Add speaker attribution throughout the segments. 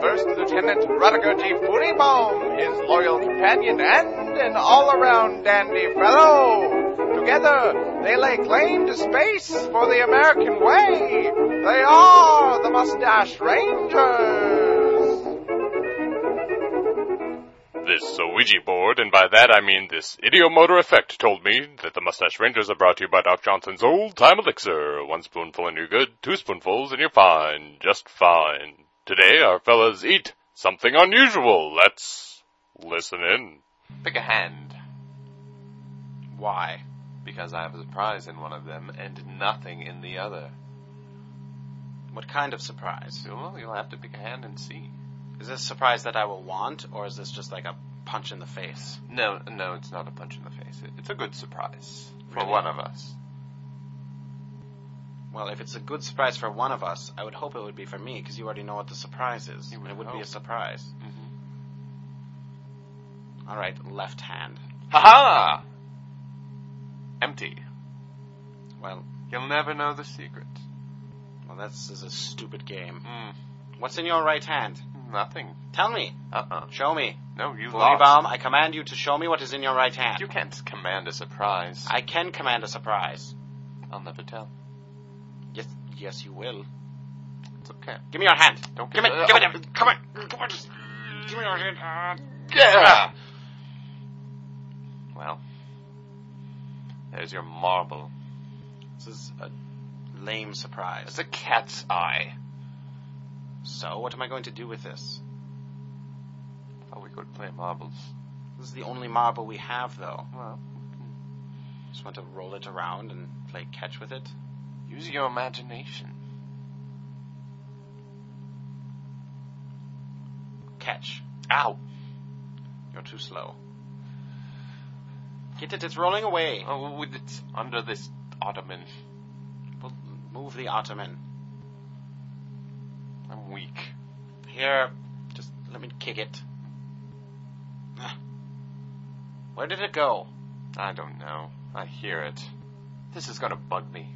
Speaker 1: First Lieutenant Rutger G. Furibaum, his loyal companion and an all-around dandy fellow. Together, they lay claim to space for the American way. They are the Mustache Rangers.
Speaker 2: This Ouija board, and by that I mean this idiomotor effect, told me that the Mustache Rangers are brought to you by Doc Johnson's Old Time Elixir. One spoonful and you're good, two spoonfuls and you're fine, just fine. Today our fellas eat something unusual. Let's listen in.
Speaker 3: Pick a hand. Why? Because I have a surprise in one of them and nothing in the other.
Speaker 4: What kind of surprise?
Speaker 3: Well, you'll have to pick a hand and see.
Speaker 4: Is this surprise that I will want, or is this just like a punch in the face?
Speaker 3: No, no, it's not a punch in the face. It- It's a good surprise for
Speaker 4: Really?
Speaker 3: one of us.
Speaker 4: Well, if it's a good surprise for one of us, I would hope it would be for me, because you already know what the surprise is.
Speaker 3: You would
Speaker 4: it would be
Speaker 3: hope.
Speaker 4: a surprise.
Speaker 3: Mm-hmm.
Speaker 4: All right, left hand.
Speaker 3: Ha ha! Empty.
Speaker 4: Well,
Speaker 3: You'll never know the secret.
Speaker 4: well, this is a stupid game.
Speaker 3: Mm,
Speaker 4: What's in your right hand?
Speaker 3: nothing.
Speaker 4: Tell me.
Speaker 3: Uh uh
Speaker 4: Show me.
Speaker 3: No, you lost.
Speaker 4: Boom, I command you to show me what is in your right hand.
Speaker 3: You can't command a surprise.
Speaker 4: I can command a surprise.
Speaker 3: I'll never tell.
Speaker 4: Yes, yes, you will.
Speaker 3: It's okay.
Speaker 4: Give me your hand.
Speaker 3: Don't
Speaker 4: Give
Speaker 3: give
Speaker 4: it.
Speaker 3: it-
Speaker 4: Give it. Come on. Come on. Just give me your hand. Ah.
Speaker 3: Yeah! Well, there's your marble.
Speaker 4: This is a lame surprise.
Speaker 3: It's a cat's eye.
Speaker 4: So, what am I going to do with this?
Speaker 3: Oh, we could play marbles.
Speaker 4: This is the only marble we have, though.
Speaker 3: Well,
Speaker 4: Just want to roll it around and play catch with it.
Speaker 3: use your imagination.
Speaker 4: Catch.
Speaker 3: Ow!
Speaker 4: You're too slow. Get it. It's rolling away.
Speaker 3: Oh, with it's under this ottoman.
Speaker 4: Well, move the ottoman.
Speaker 3: I'm weak.
Speaker 4: Here. Just let me kick it. Ah. Where did it go?
Speaker 3: I don't know. I hear it. This is gonna bug me.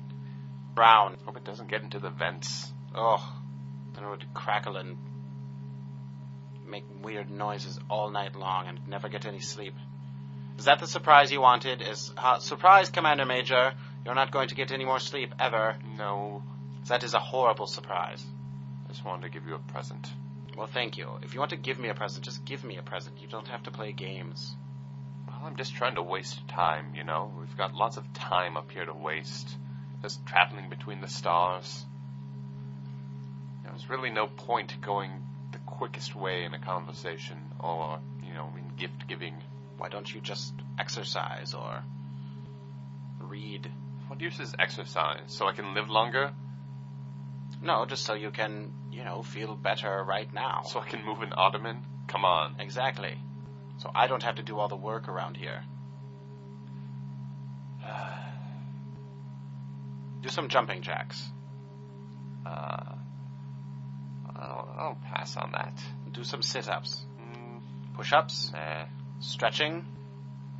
Speaker 4: Brown.
Speaker 3: Hope it doesn't get into the vents.
Speaker 4: Oh, then it would crackle and make weird noises all night long and never get any sleep. Is that the surprise you wanted? Is uh, surprise, Commander Major? You're not going to get any more sleep ever.
Speaker 3: No.
Speaker 4: That is a horrible surprise.
Speaker 3: I just wanted to give you a present.
Speaker 4: Well, thank you. If you want to give me a present, just give me a present. You don't have to play games.
Speaker 3: Well, I'm just trying to waste time, you know? We've got lots of time up here to waste. Just traveling between the stars. There's really no point going the quickest way in a conversation or, you know, in gift giving.
Speaker 4: Why don't you just exercise or read?
Speaker 3: What use is exercise? So I can live longer?
Speaker 4: No, just so you can, you know, feel better right now.
Speaker 3: So I can move an ottoman? Come on.
Speaker 4: Exactly. So I don't have to do all the work around here. Uh, Do some jumping jacks.
Speaker 3: Uh, I'll, I'll pass on that.
Speaker 4: Do some sit ups,
Speaker 3: Mm, eh,
Speaker 4: push ups,
Speaker 3: nah.
Speaker 4: stretching,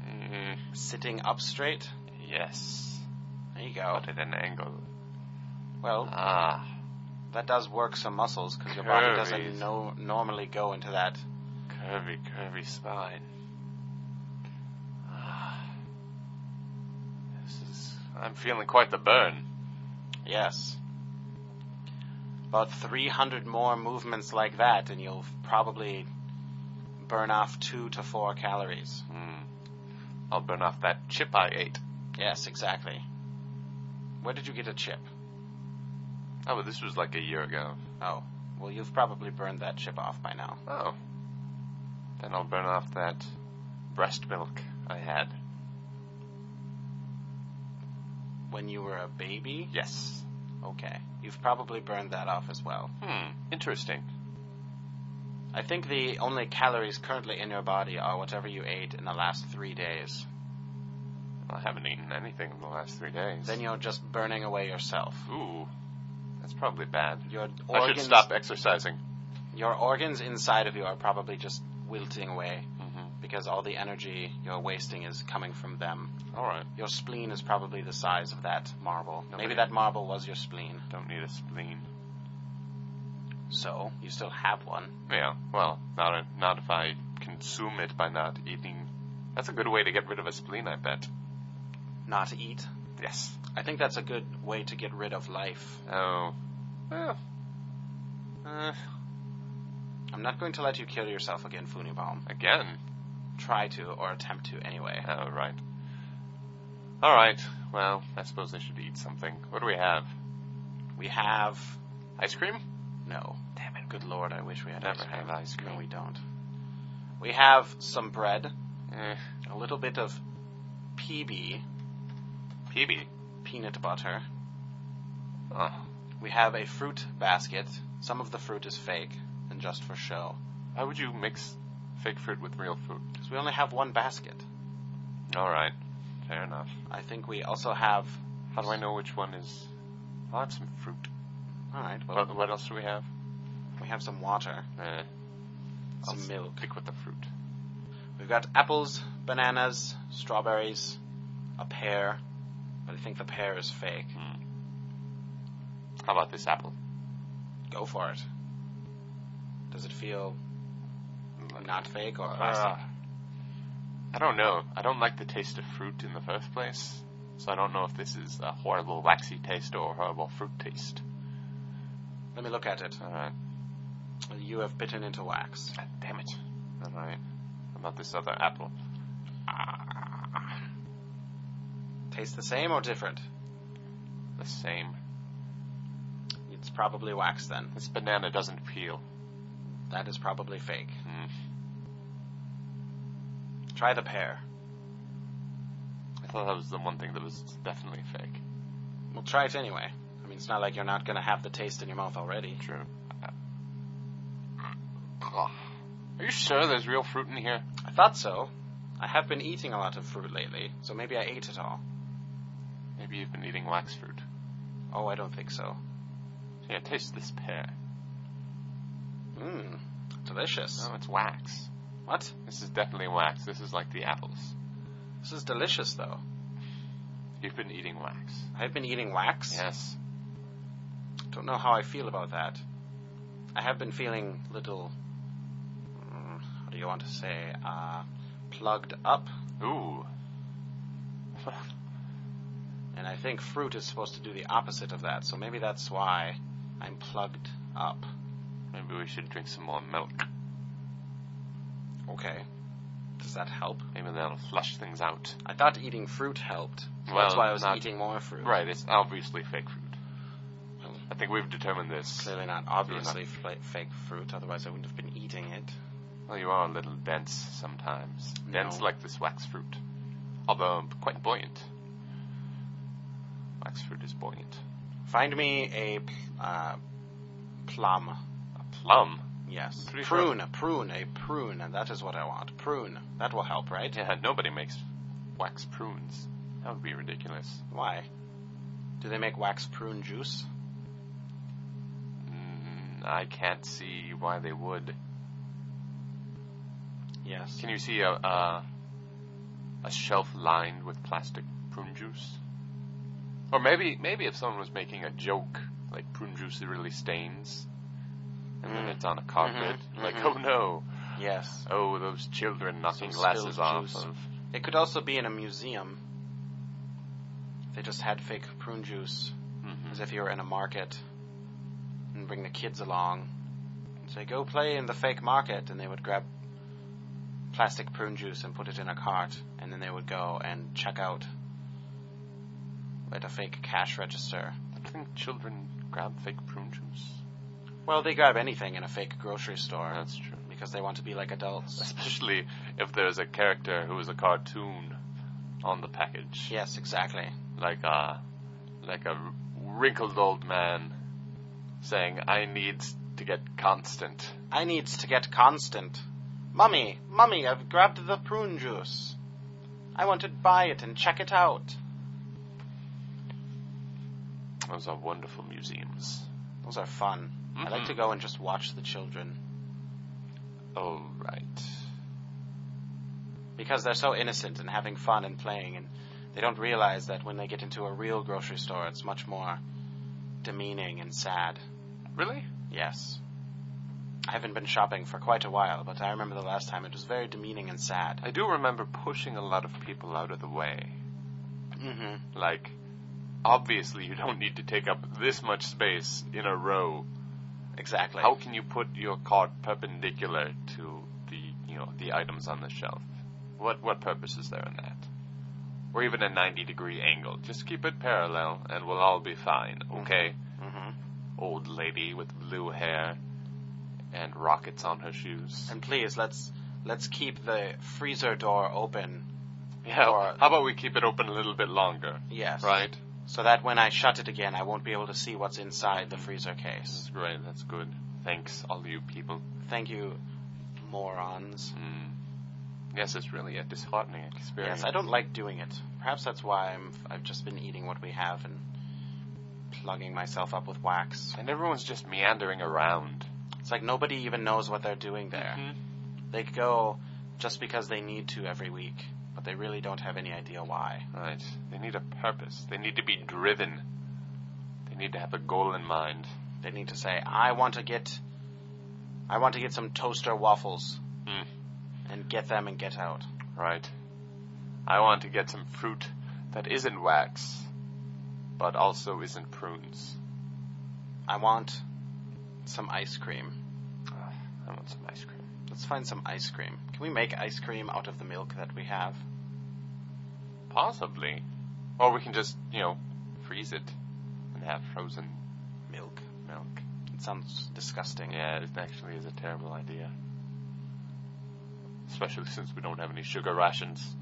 Speaker 3: Mm,
Speaker 4: sitting up straight.
Speaker 3: yes.
Speaker 4: There you go.
Speaker 3: Out at an angle.
Speaker 4: Well,
Speaker 3: Ah.
Speaker 4: that does work some muscles because your body
Speaker 3: Curvies.
Speaker 4: doesn't no- normally go into that.
Speaker 3: Curvy, curvy spine. Ah. This is. I'm feeling quite the burn.
Speaker 4: Yes. About 300 more movements like that, and you'll probably burn off two to four calories.
Speaker 3: Hmm. I'll burn off that chip I ate.
Speaker 4: Yes, exactly. Where did you get a chip?
Speaker 3: Oh, but this was like a year ago.
Speaker 4: Oh, well, you've probably burned that chip off by now.
Speaker 3: Oh. Then I'll burn off that breast milk I had.
Speaker 4: When you were a baby?
Speaker 3: Yes.
Speaker 4: Okay. You've probably burned that off as well.
Speaker 3: Hmm. Interesting.
Speaker 4: I think the only calories currently in your body are whatever you ate in the last three days.
Speaker 3: I haven't eaten anything in the last three days.
Speaker 4: Then you're just burning away yourself.
Speaker 3: Ooh, that's probably bad.
Speaker 4: Your
Speaker 3: I should
Speaker 4: organs,
Speaker 3: stop exercising.
Speaker 4: Your organs inside of you are probably just wilting away
Speaker 3: Mm-hmm.
Speaker 4: because all the energy you're wasting is coming from them.
Speaker 3: All right,
Speaker 4: Your spleen is probably the size of that marble.
Speaker 3: Nobody-
Speaker 4: Maybe that marble was your spleen.
Speaker 3: don't need a spleen.
Speaker 4: So you still have one.
Speaker 3: Yeah, well, not if, not if I consume it by not eating. That's a good way to get rid of a spleen, I bet.
Speaker 4: Not eat.
Speaker 3: Yes.
Speaker 4: I think that's a good way to get rid of life.
Speaker 3: Oh. Eh. Eh,
Speaker 4: I'm not going to let you kill yourself again, Funibaum.
Speaker 3: again.
Speaker 4: Try to, or attempt to anyway.
Speaker 3: Oh, right. All right. Well, I suppose I should eat something. What do we have?
Speaker 4: We have
Speaker 3: Ice cream?
Speaker 4: no. Damn it! Good lord, I wish we had
Speaker 3: Never
Speaker 4: ice cream.
Speaker 3: have ice
Speaker 4: No,
Speaker 3: cream.
Speaker 4: we don't. We have some bread,
Speaker 3: Eh,
Speaker 4: a little bit of PB
Speaker 3: PB.
Speaker 4: peanut butter.
Speaker 3: Oh,
Speaker 4: We have a fruit basket. Some of the fruit is fake and just for show,
Speaker 3: why would you mix fake fruit with real fruit?
Speaker 4: because we only have one basket.
Speaker 3: All right. Fair enough.
Speaker 4: I think we also have.
Speaker 3: How do I know which one is? I'll have some fruit.
Speaker 4: All right. Well,
Speaker 3: What, what else do we have?
Speaker 4: we have some water,
Speaker 3: Eh, I'll
Speaker 4: some milk.
Speaker 3: Pick with the fruit.
Speaker 4: We've got apples, bananas, strawberries, a pear, but I think the pear is fake.
Speaker 3: How about this apple?
Speaker 4: Go for it. Does it feel not fake or plastic?
Speaker 3: Ah. I don't know. I don't like the taste of fruit in the first place, so I don't know if this is a horrible waxy taste or a horrible fruit taste.
Speaker 4: Let me look at it.
Speaker 3: All right.
Speaker 4: You have bitten into wax.
Speaker 3: God damn it. All right. How about this other apple?
Speaker 4: Tastes the same or different?
Speaker 3: The same.
Speaker 4: It's probably wax then.
Speaker 3: This banana doesn't peel.
Speaker 4: That is probably fake.
Speaker 3: Hmm.
Speaker 4: Try the pear.
Speaker 3: I thought that was the one thing that was definitely fake.
Speaker 4: Well, try it anyway. I mean, it's not like you're not gonna have the taste in your mouth already.
Speaker 3: True. Uh, Are you sure there's real fruit in here?
Speaker 4: I thought so. I have been eating a lot of fruit lately, so maybe I ate it all.
Speaker 3: Maybe you've been eating wax fruit.
Speaker 4: Oh, I don't think so.
Speaker 3: Here, taste this pear.
Speaker 4: Mmm, delicious.
Speaker 3: Oh, it's wax.
Speaker 4: What?
Speaker 3: This is definitely wax. This is like the apples.
Speaker 4: This is delicious, though.
Speaker 3: You've been eating wax.
Speaker 4: I've been eating wax.
Speaker 3: Yes.
Speaker 4: Don't know how I feel about that. I have been feeling little. mm, How do you want to say? Uh, plugged up.
Speaker 3: Ooh.
Speaker 4: And I think fruit is supposed to do the opposite of that, so maybe that's why I'm plugged up.
Speaker 3: Maybe we should drink some more milk.
Speaker 4: Okay. Does that help?
Speaker 3: Maybe that'll flush things out.
Speaker 4: I thought eating fruit helped. So
Speaker 3: Well,
Speaker 4: that's why I was
Speaker 3: not-
Speaker 4: eating more fruit.
Speaker 3: Right, it's obviously fake fruit.
Speaker 4: Well,
Speaker 3: I think we've determined this.
Speaker 4: Clearly not obviously fla fake fruit, otherwise I wouldn't have been eating it.
Speaker 3: Well, you are a little dense sometimes. Dense
Speaker 4: No.
Speaker 3: like this wax fruit. Although quite buoyant. Wax fruit is buoyant.
Speaker 4: Find me a pl- uh, plum.
Speaker 3: A plum?
Speaker 4: Yes.
Speaker 3: Pretty
Speaker 4: prune, prune, a prune, and that is what I want. Prune. That will help, right?
Speaker 3: Yeah, nobody makes wax prunes. That would be ridiculous.
Speaker 4: Why? Do they make wax prune juice?
Speaker 3: Mm, I can't see why they would.
Speaker 4: Yes.
Speaker 3: Can you see a, a a shelf lined with plastic prune juice? Or maybe maybe if someone was making a joke, like prune juice really stains, and then
Speaker 4: Mm.
Speaker 3: it's on a carpet,
Speaker 4: Mhm,
Speaker 3: like
Speaker 4: mhm.
Speaker 3: oh no,
Speaker 4: Yes.
Speaker 3: oh those children knocking
Speaker 4: Some
Speaker 3: glasses
Speaker 4: spilled
Speaker 3: off
Speaker 4: juice.
Speaker 3: of.
Speaker 4: It could also be in a museum. They just had fake prune juice,
Speaker 3: Mhm.
Speaker 4: as if you were in a market, and bring the kids along. And say, go play in the fake market, and they would grab plastic prune juice and put it in a cart, and then they would go and check out at a fake cash register.
Speaker 3: I don't think children grab fake prune juice.
Speaker 4: Well, they grab anything in a fake grocery store
Speaker 3: That's true.
Speaker 4: because they want to be like adults.
Speaker 3: Especially if there's a character who is a cartoon on the package.
Speaker 4: Yes, exactly.
Speaker 3: like a like a wrinkled old man saying, "I need to get constant."
Speaker 4: I needs to get constant. Mummy, mummy, I've grabbed the prune juice. I want to buy it and check it out.
Speaker 3: Those are wonderful museums.
Speaker 4: Those are fun. I like to go and just watch the children
Speaker 3: All right.
Speaker 4: because they're so innocent and having fun and playing, and they don't realize that when they get into a real grocery store, it's much more demeaning and sad.
Speaker 3: Really?
Speaker 4: Yes. I haven't been shopping for quite a while, but I remember the last time it was very demeaning and sad.
Speaker 3: I do remember pushing a lot of people out of the way.
Speaker 4: Mm-hmm.
Speaker 3: Like, obviously, you don't need to take up this much space in a row.
Speaker 4: Exactly.
Speaker 3: How can you put your cart perpendicular to the, you know, the items on the shelf? What what purpose is there in that? Or even a 90 degree angle. Just keep it parallel, and we'll all be fine. Okay.
Speaker 4: hmm
Speaker 3: Old lady with blue hair and rockets on her shoes.
Speaker 4: And please let's let's keep the freezer door open.
Speaker 3: Yeah.
Speaker 4: or-
Speaker 3: how about we keep it open a little bit longer?
Speaker 4: Yes.
Speaker 3: Right.
Speaker 4: So that when I shut it again, I won't be able to see what's inside the freezer
Speaker 3: This
Speaker 4: case.
Speaker 3: is great. That's good. Thanks, all you people.
Speaker 4: Thank you, morons.
Speaker 3: Mm. Yes, it's really a disheartening experience.
Speaker 4: Yes, I don't like doing it. Perhaps that's why I'm I've just been eating what we have and plugging myself up with wax.
Speaker 3: And everyone's just meandering around.
Speaker 4: It's like nobody even knows what they're doing there.
Speaker 3: Mhm.
Speaker 4: They go just because they need to every week, but they really don't have any idea why.
Speaker 3: Right. They need a purpose. They need to be driven. They need to have a goal in mind.
Speaker 4: They need to say, "I want to get, I want to get some toaster waffles,"
Speaker 3: Mm.
Speaker 4: and get them and get out.
Speaker 3: Right. I want to get some fruit that isn't wax, but also isn't prunes.
Speaker 4: I want some ice cream.
Speaker 3: Ah, I want some ice cream.
Speaker 4: Let's find some ice cream. Can we make ice cream out of the milk that we have?
Speaker 3: Possibly. Or we can just, you know, freeze it and have frozen
Speaker 4: Milk.
Speaker 3: milk.
Speaker 4: It sounds disgusting.
Speaker 3: Yeah, it actually is a terrible idea. Especially since we don't have any sugar rations.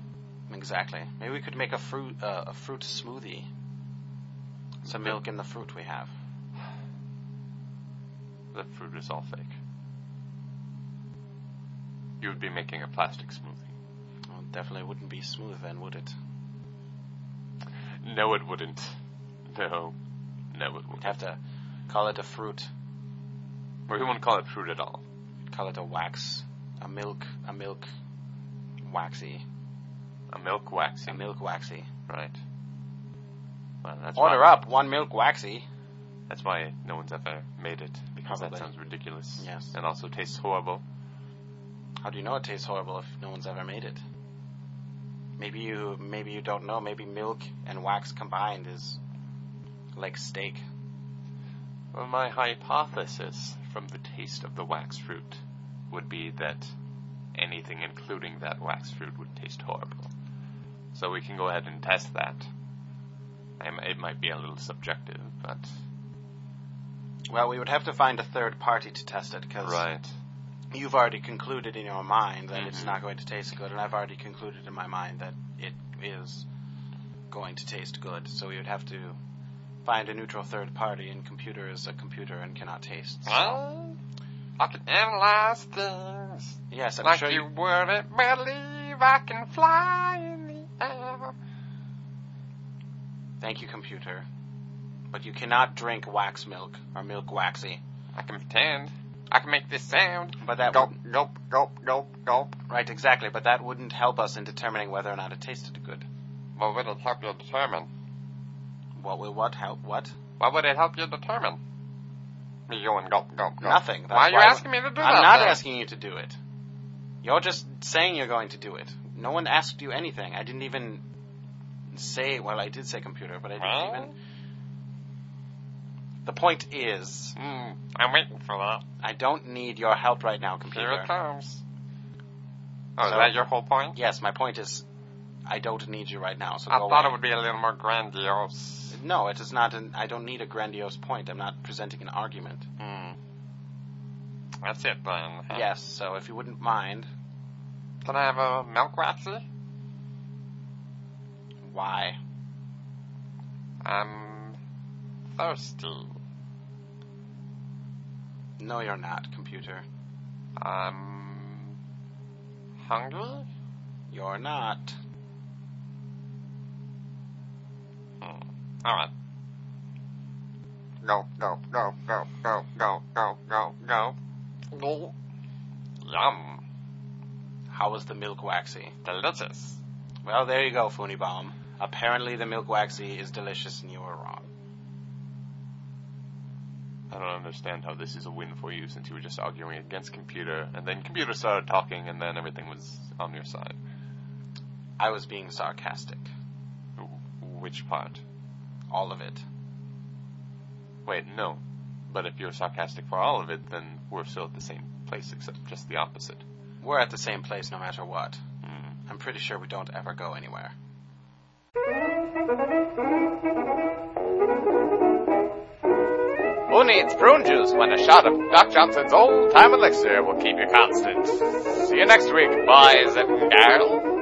Speaker 4: Exactly. Maybe we could make a fruit uh, a fruit smoothie. Some milk in the fruit we have.
Speaker 3: The fruit is all fake. You would be making a plastic smoothie.
Speaker 4: Well, it definitely wouldn't be smooth then, would it?
Speaker 3: No, it wouldn't. No. No, it wouldn't.
Speaker 4: We'd have to call it a fruit,
Speaker 3: Or we wouldn't call it fruit at all.
Speaker 4: call it a wax, a milk, a milk waxy,
Speaker 3: A milk
Speaker 4: a
Speaker 3: waxing.
Speaker 4: milk waxy.
Speaker 3: Right. Well, that's
Speaker 4: Order
Speaker 3: why,
Speaker 4: up one milk waxy.
Speaker 3: That's why no one's ever made it. Because
Speaker 4: Probably.
Speaker 3: that sounds ridiculous.
Speaker 4: Yes.
Speaker 3: And also tastes horrible.
Speaker 4: How do you know it tastes horrible if no one's ever made it? Maybe you maybe you don't know. Maybe milk and wax combined is like steak.
Speaker 3: Well, my hypothesis from the taste of the wax fruit would be that anything including that wax fruit would taste horrible. So we can go ahead and test that. I m it might be a little subjective, but.
Speaker 4: Well, we would have to find a third party to test it because you've already concluded in your mind that it's
Speaker 3: Mhm.
Speaker 4: not going to taste good, and I've already concluded in my mind that it is going to taste good. So we would have to find a neutral third party, and computer is a computer and cannot taste. So-
Speaker 3: Well, I can analyze things.
Speaker 4: yes, I'm
Speaker 3: like
Speaker 4: sure
Speaker 3: you
Speaker 4: you.
Speaker 3: wouldn't believe I can fly in the air.
Speaker 4: Thank you, computer. But you cannot drink wax milk or milk waxy.
Speaker 3: I can pretend. I can make this sound.
Speaker 4: But that
Speaker 3: Gulp, gulp, gulp, gulp, gulp.
Speaker 4: right exactly. But that wouldn't help us in determining whether or not it tasted good.
Speaker 3: Well, would it help you determine?
Speaker 4: What will what help what?
Speaker 3: Why would it help you determine? Me going gulp, gulp, gulp.
Speaker 4: Nothing. That's
Speaker 3: why are you
Speaker 4: why I-
Speaker 3: asking me to do that?
Speaker 4: I'm not
Speaker 3: then?
Speaker 4: asking you to do it. You're just saying you're going to do it. No one asked you anything. I didn't even say. Well, I did say computer, but I didn't
Speaker 3: Well?
Speaker 4: even. The point is,
Speaker 3: Mm, I'm waiting for that.
Speaker 4: I don't need your help right
Speaker 3: Here
Speaker 4: now,
Speaker 3: it
Speaker 4: computer.
Speaker 3: comes. Oh,
Speaker 4: So-
Speaker 3: is that your whole point?
Speaker 4: Yes, my point is, I don't need you right now. So
Speaker 3: I
Speaker 4: go
Speaker 3: thought
Speaker 4: away.
Speaker 3: it would be a little more grandiose.
Speaker 4: No, it is not. An, I don't need a grandiose point. I'm not presenting an argument.
Speaker 3: Hmm. That's it then. huh?
Speaker 4: Yes. So if you wouldn't mind,
Speaker 3: Can I have a milk waxy?
Speaker 4: why?
Speaker 3: I'm thirsty.
Speaker 4: No, you're not, computer.
Speaker 3: I'm hungry.
Speaker 4: You're not.
Speaker 3: All right. No, no, no, no, no, no, no, no, no. No. Yum.
Speaker 4: How was the milk waxy?
Speaker 3: Delicious.
Speaker 4: Well, there you go, Funibom. Apparently the milk waxy is delicious and you were wrong.
Speaker 3: I don't understand how this is a win for you since you were just arguing against computer, and then computer started talking, and then everything was on your side.
Speaker 4: I was being sarcastic.
Speaker 3: Wh- Which part?
Speaker 4: All of it.
Speaker 3: Wait, no. But if you're sarcastic for all of it, then we're still at the same place, except just the opposite.
Speaker 4: We're at the same place no matter what.
Speaker 3: Hmm.
Speaker 4: I'm pretty sure we don't ever go anywhere.
Speaker 1: Who needs prune juice when a shot of Doc Johnson's old time elixir will keep you constant? See you next week, boys and girls.